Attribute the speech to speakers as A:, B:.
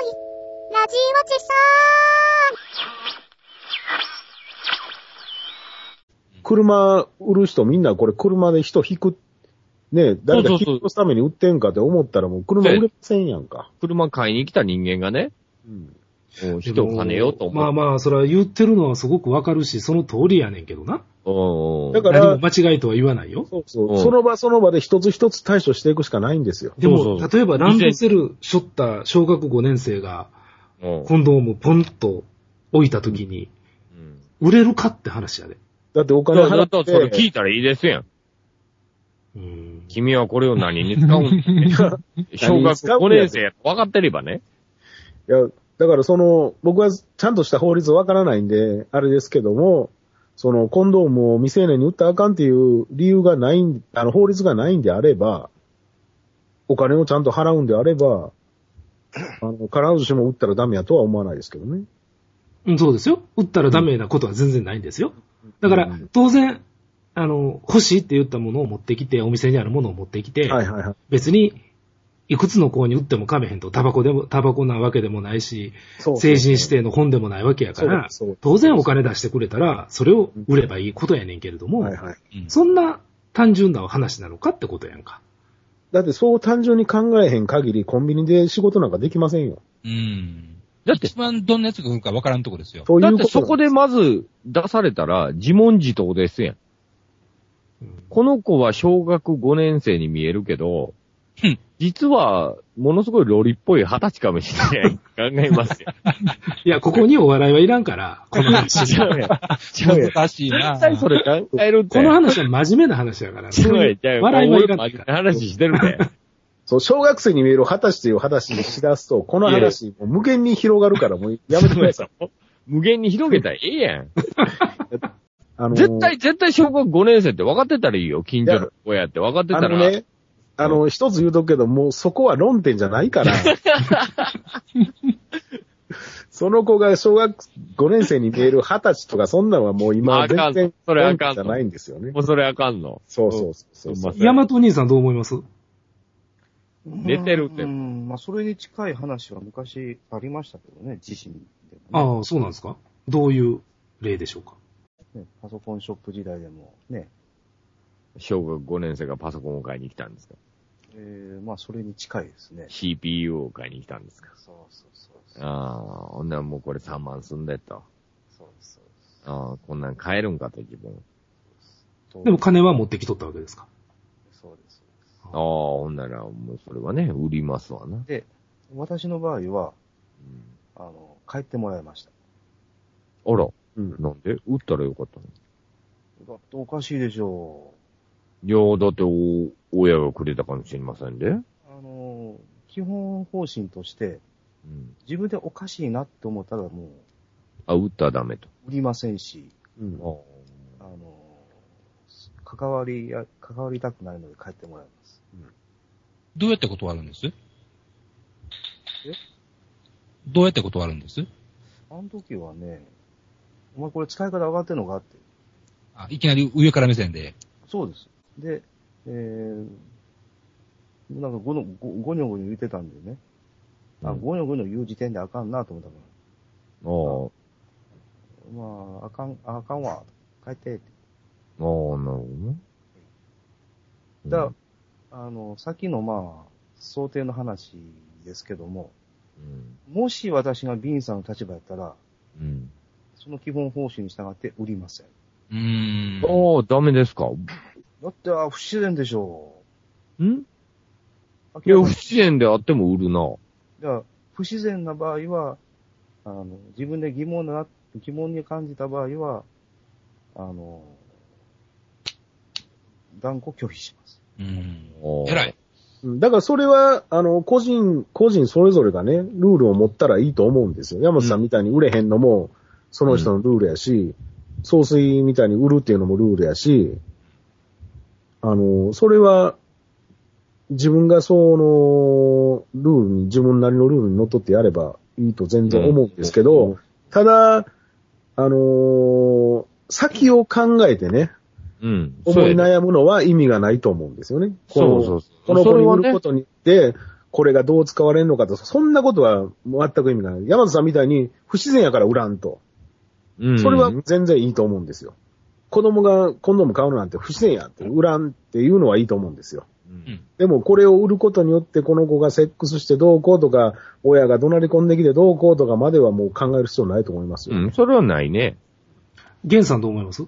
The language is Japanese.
A: ラジオチさ
B: 車売る人みんなこれ車で人引く、ね、誰か
C: そうそうそう
B: 引くすために売ってんかって思ったらもう車売れませんやんか。
C: 車買いに来た人間がね、
B: うん。
C: もう人を跳ねようと思う。
D: まあまあ、それは言ってるのはすごくわかるし、その通りやねんけどな。
C: うん
B: だか
D: 何
B: ら、
D: も間違いとは言わないよ。
B: そうそう、
C: うん
B: その場その場で一つ一つ対処していくしかないんですよ。
D: で
C: そう
D: も、
C: そう
D: 例えばランドセル背負った小学5年生が、
C: うん
D: 今度もポンと置いた時に、
C: うん
D: 売れるかって話やで。
B: だってお金
C: だか
B: 払
C: ら
B: って、
C: それ聞いたらいいですやん。
D: うん。
C: 君はこれを何に使うんだって。小学5年生やと分かってればね。
B: いや、だからその、僕はちゃんとした法律わからないんで、あれですけども、その、コンドームを未成年に売ったらあかんっていう理由がないん、あの、法律がないんであれば、お金をちゃんと払うんであれば、あの、必ずしも売ったらダメやとは思わないですけどね。
D: うんそうですよ。売ったらダメなことは全然ないんですよ。だか
B: う
D: ら
B: ん、
D: 当然、あの、欲しいって言ったものを持ってきて、お店にあるものを持ってきて、
B: はいはいはい。
D: 別に、いくつの子に打っても噛めへんと、タバコでも、タバコなわけでもないし、
B: そう
D: 成人指定の本でもないわけやから
B: そうそう、
D: 当然お金出してくれたら、それを売ればいいことやねんけれども、
B: はいはい。
D: そんな単純なお話なのかってことやんか。
B: だってそう単純に考えへん限り、コンビニで仕事なんかできませんよ。
E: うん。
C: だって
E: 一、番どんなやつが来るか分からんとこですよ。
B: という
C: だ
B: こ
C: っ
B: と
C: てそこでまず出されたら自問自答ですやん。この子は小学5年生に見えるけど
E: うん、
C: 実はものすごいロリっぽい二十歳かもしれない。考えますよ。
D: いや、ここにお笑いはいらんから、 この話。
C: 違うやん。違うやん。
E: 難しいな。
C: 絶対それ考えるって。
D: この話は真面目な話やから、
C: 違
D: そううい
C: や。
D: うん
C: 違うやん。
D: 笑いはいらんから。
C: 話してるね。
B: そう、小学生に見える二十歳という話にしだすと、この話、もう無限に広がるから、もうやめてくださ い。
C: 無限に広げたらええやん。
B: あのー
C: 絶対、絶対小学5年生って分かってたらいいよ。近所の親って分かってた
B: あ
C: ら。
B: のね、あの、一つ言うとくけど、もうそこは論点じゃない から。その子が小学5年生に見える二十歳とか、そんなんはもう
C: ま
B: 今
C: ああか
B: 全
C: ん
B: 然
C: それあ
B: 論
C: か
B: 点
C: ん
B: じゃないんですよね。
C: もうそれあかんの。
B: そうそうそうそう。
C: うん
D: ヤマト兄さんどう思います
C: 寝てるって
F: うん、まあ、それに近い話は昔ありましたけどね、自身でも、ね。
D: ああ、そうなんですかどういう例でしょうか
F: ねパソコンショップ時代でもね、
C: 小学5年生がパソコンを買いに来たんですか
F: えー、まあ、それに近いですね。
C: ?CPU を買いに来たんですか
F: そうそうそうそう。
C: ああ、ほんならもうこれ3万すんでと。
F: そうそうそう
C: ああ、こんなん買えるんかと自分。
F: そう
D: でも金は持ってきとったわけですか
F: そうです。そうです
C: ああ、ほんならもうそれはね、売りますわな。
F: 私の場合は、
C: うん
F: あの、帰ってもらいました。
C: あら、
B: うん
C: なんで売ったらよかったの
F: だっておかしいでしょ
C: いやー、だってお、親がくれたかもしれませんで。
F: う。あの、基本方針として、
C: うん。
F: 自分でおかしいなって思ったらも
C: あ、売ったらダメと。
F: う売りませんし、
B: うん
F: あの、関わりや、関わりたくないので帰ってもらいます。
E: どうやって断るんです
F: え
E: どうやって断るんです
F: あの時はね、お前これ使い方上がってんのかって。
E: あいきなり上から目線で。
F: そうです。で、えー、なんかごのごごにょごにょ言ってたんでね。あ、
C: うん
F: ごにょごにょ言う時点であかんなと思った
C: ああ。
F: から。まあ、あかん、ああかんわ。帰ってって。
C: ああ、なるほどね。
F: だ、
C: うん
F: あの、さっきのまあ、想定の話ですけども、
C: うん。
F: もし私がビンさんの立場やったら、
C: うん。
F: その基本方針に従って売りません。
E: うーん。
C: ああ、ダメですかん
F: だって、あ不自然でしょ。
C: いうや、不自然であっても売るな。
F: だから不自然な場合は、あの自分で疑問だな、疑問に感じた場合は、あの、断固拒否します。
E: うん
C: お。ー
E: 偉い。
B: うんだからそれは、あの、個人、個人それぞれがね、ルールを持ったらいいと思うんですよ。山本さんみたいに売れへんのも、その人のルールやし、総帥みたいに売るっていうのもルールやし、あの、それは、自分がその、ルールに、自分なりのルールに則っってやればいいと全然思うんですけど、ただ、あの先を考えてね、
C: うん。
B: 思い
C: い。
B: 悩むのは意味がないと思うんですよね。この
C: そうそうそう。
B: この
C: そ
B: 子
C: れ
B: に
C: は
B: 売る
C: ね
B: こ、とによって、これがどう使われるのかと、そんなことは全く意味がない。山田さんみたいに不自然やから売らんと。
C: うん。
B: それは
C: うん
B: 全然いいと思うんですよ。子供がコンドーム買うのなんて不自然やって、売らんっていうのはいいと思うんですよ。でもこれを売ることによってこの子がセックスしてどうこうとか、親が怒鳴り込んできてどうこうとかまではもう考える必要ないと思いますよ。
C: うん、それはないね。
D: ゲンさんどう思います